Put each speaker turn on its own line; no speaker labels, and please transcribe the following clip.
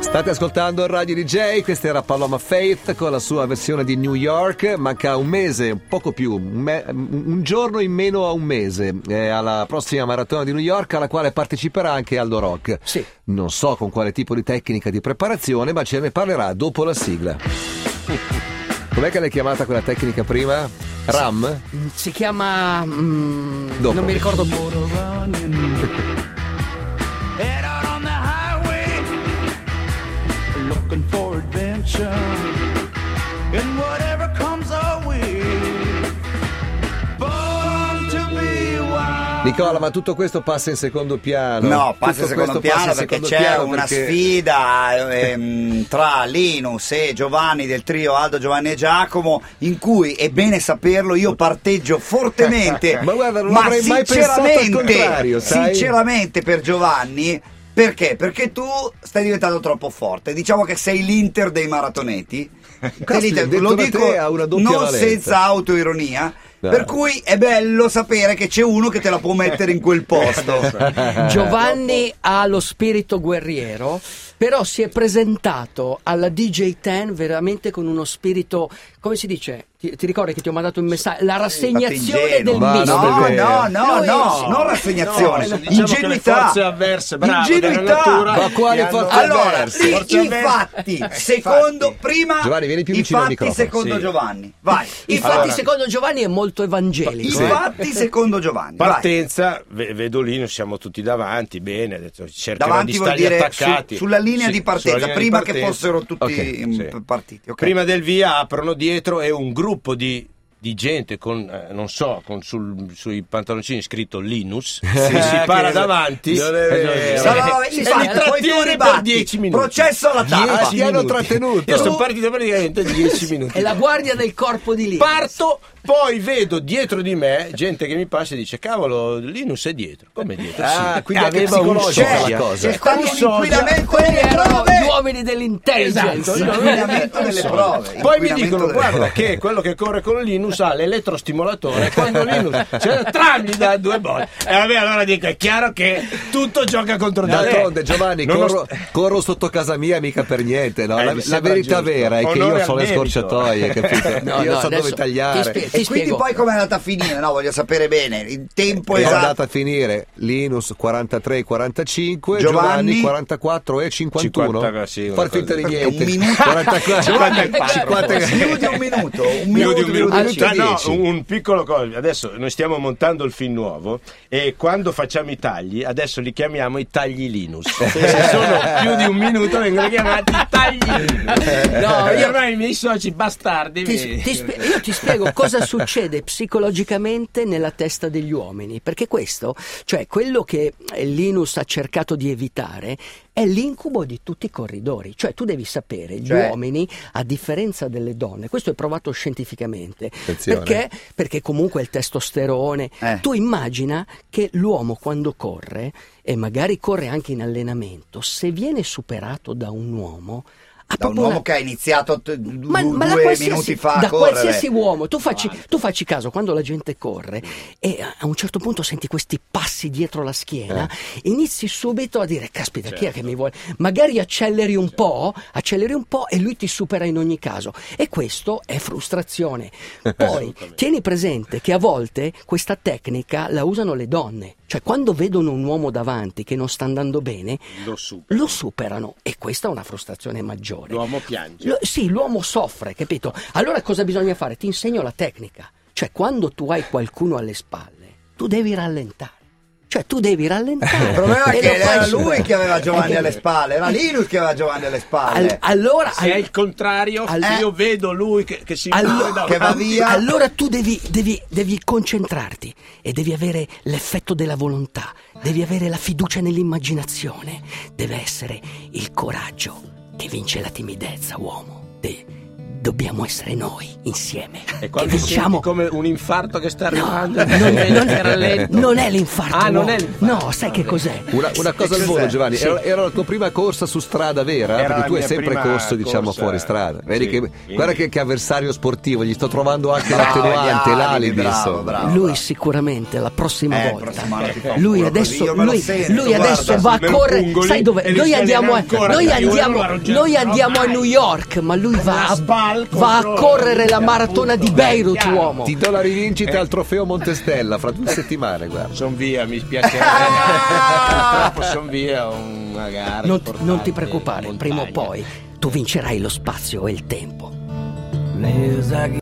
State ascoltando Radio DJ, questa era Paloma Faith con la sua versione di New York, manca un mese, un poco più, un, me- un giorno in meno a un mese, eh, alla prossima maratona di New York alla quale parteciperà anche Aldo Rock.
Sì.
Non so con quale tipo di tecnica di preparazione, ma ce ne parlerà dopo la sigla. Com'è che l'hai chiamata quella tecnica prima? RAM?
Si chiama. mm,
Dopo.
Non mi ricordo più.
motor running. Head out on the highway, looking for adventure. And whatever comes our way, born to be wild.
Nicola, ma tutto questo passa in secondo piano.
No,
Tutto
passa in
questo
secondo piano
passa in
perché
secondo
c'è
piano
una
perché-
sfida ehm, tra Linus e Giovanni del trio Aldo, Giovanni e Giacomo in cui, è bene saperlo, io parteggio fortemente.
Ma guarda, non
ma
avrei mai pensato al
sinceramente-
contrario, sai?
Sinceramente per Giovanni, perché? Perché tu stai diventando troppo forte. Diciamo che sei l'Inter dei maratoneti.
Caspita,
Sei l'Inter-
detto
lo
da
dico
te ha una doppia
non
valenza.
senza autoironia.
Dai.
Per cui è bello sapere che c'è uno che te la può mettere in quel posto.
Giovanni ha lo spirito guerriero, però si è presentato alla DJ10 veramente con uno spirito, come si dice? Ti, ti ricordi che ti ho mandato un messaggio? La rassegnazione
Ingenuo.
del
Ma
mister.
non è vero.
No, no, no,
Lui-
no, non rassegnazione,
No, diciamo che le
ingenuità.
forze avverse, bravo, della
ingenuità.
natura
Ma quali
Mi hanno-
forze
Allora,
avverse?
lì,
Forze avverse.
infatti, secondo, prima,
Giovanni, vieni più vicino al
infatti,
microfono.
secondo
Sì.
Giovanni. Vai.
Infatti,
Allora.
secondo Giovanni è molto evangelico. eh.
Infatti, secondo Giovanni. vai.
Partenza, ve- vedo lì, noi siamo tutti davanti, bene, ho detto, cercherò
Davanti
di
vuol
stargli
dire su-
attaccati.
sulla linea
Sì,
di partenza,
sulla linea di
prima che
partenza.
fossero tutti
Ok,
in-
sì.
partiti. ok.
Prima del via aprono dietro e un gruppo di, di gente con, eh, non so, con sul- sui pantaloncini scritto Linus, che si para davanti
Ah, Non è
e-
vero.
Sarà-
Sì,
infatti,
sì,
e li
poi
tu
trattiene
ribatti.
per 10 minuti.
Processo alla
Dieci
tappa.
Ah, ti hanno
minuti.
trattenuto.
Io sono partito praticamente 10
È
minuti.
la guardia del corpo di Linus.
Parto, poi vedo dietro di me gente che mi passa e dice: Cavolo, Linus è dietro. Come dietro?
Ah,
Sì.
quindi anche
Aveva un
psicologica
sosia.
la cosa.
C'è stato
Un sosia.
l'inquinamento
Quelli
delle
erano
prove.
gli uomini dell'intelligence.
Esatto.
L'inquinamento delle prove.
Poi mi
Inquinamento
dicono:
delle
Guarda,
prove.
che quello che corre con Linus ha l'elettrostimolatore. Quando Linus cioè, tram gli dà due bolle. E vabbè, allora dico: È chiaro che tutto gioca contro di te.
D'altronde, Giovanni,
Non
corro,
lo-
corro sotto casa mia mica per niente. no?
Eh,
la,
mi
la
sembra
verità
giusto.
vera è che
Onore
io
al
so le
merito.
scorciatoie, capito?
No,
io
no,
so dove
adesso
tagliare.
ti spiego.
E quindi poi com'è andata a finire? No, voglio sapere bene. Il tempo
È
esatto.
andata a finire Linus 43 45,
Giovanni?
Giovanni, 44 e 51.
50, eh, sì, una
Far finta
cosa
di
del-
niente.
Un minuto.
44,
Giovanni,
50.
più di un minuto, un
Più di
minuto,
un minuto.
e
minuto
e
Ah, no,
dieci.
un un piccolo cosa. Adesso noi stiamo montando il film nuovo e quando facciamo i tagli, adesso li chiamiamo i tagli Linus. Se sono più di un minuto vengono chiamati i tagli Linus. No, io ormai i miei soci bastardi.
Eh. Ti-
mi-
ti spie- io ti spiego cosa succede psicologicamente nella testa degli uomini, perché questo, cioè quello che eh, Linus ha cercato di evitare, è l'incubo di tutti i corridori. Cioè tu devi sapere, gli
Cioè?
uomini, a differenza delle donne, questo è provato scientificamente,
Attenzione.
perché, perché comunque il testosterone,
Eh.
tu immagina che l'uomo quando corre, e magari corre anche in allenamento, se viene superato da un uomo... ha
Da un
proprio
uomo
una-
che ha iniziato t- du-
da
due
qualsiasi-
minuti fa a
da
correre.
qualsiasi uomo tu facci, tu facci caso quando la gente corre e a un certo punto senti questi passi dietro la schiena
Eh.
inizi subito a dire caspita chi è
Certo.
che mi vuole magari acceleri un po' acceleri un po' e lui ti supera in ogni caso e questo è frustrazione
Eh,
poi tieni presente che a volte questa tecnica la usano le donne cioè quando vedono un uomo davanti che non sta andando bene
Lo super.
lo superano e questa è una frustrazione maggiore
L'uomo piange.
lo- sì, l'uomo soffre, capito? Allora cosa bisogna fare? Ti insegno la tecnica. Cioè, quando tu hai qualcuno alle spalle, tu devi rallentare. Cioè, tu devi rallentare.
Il problema è
E
che
lo fai
era
su-
lui che aveva Giovanni alle spalle, era Linus che aveva Giovanni
Ah,
alle
Al-
spalle.
allora,
Se è il contrario,
Al- eh.
io vedo lui che, che si muove
Allora,
davanti.
che va via.
allora tu devi, devi- devi concentrarti e devi avere l'effetto della volontà, devi avere la fiducia nell'immaginazione, deve essere il coraggio che vince la timidezza, uomo. De- dobbiamo essere noi insieme.
E
che
quando
vinciamo.
senti come un infarto che
No,
sta arrivando,
non, è- non
era
è,
lento.
non è l'infarto.
Ah, non
no.
è l'infarto.
No, sai che cos'è?
Una, una cosa al volo, Giovanni, era, era la tua prima corsa su strada vera?
Era
perché tu
la
hai
mia
sempre
prima
corso, diciamo,
corsa,
fuori strada. Vedi
sì,
che,
quindi-
Guarda che, che avversario sportivo, gli sto trovando anche
Bravo,
l'attenuante,
gli
l'alibi.
alibi, bravo,
insomma.
bravo.
Lui sicuramente la prossima
Eh,
volta.
prossima volta ti fa un
lui
culo
adesso,
così, io me lo
lui-
sento,
lui adesso
guarda.
va a
Me lo
correre.
pungo lì
Sai dove?
e li
Noi
schiena
andiamo, a,
ancora,
noi
io
andiamo,
non la
eh.
raggiungo,
noi
no,
andiamo a
mai.
New York, ma lui va a,
spalla
va a
contro-
correre la
appunto,
maratona di Beirut,
chiaro.
uomo.
Ti do la rivincita al trofeo Montestella fra due settimane, guarda.
Sono via, mi spiacerebbe. sono via una gara.
Non, non ti
importante,
preoccupare,
in
prima o
montagna.
poi tu vincerai lo spazio e il tempo.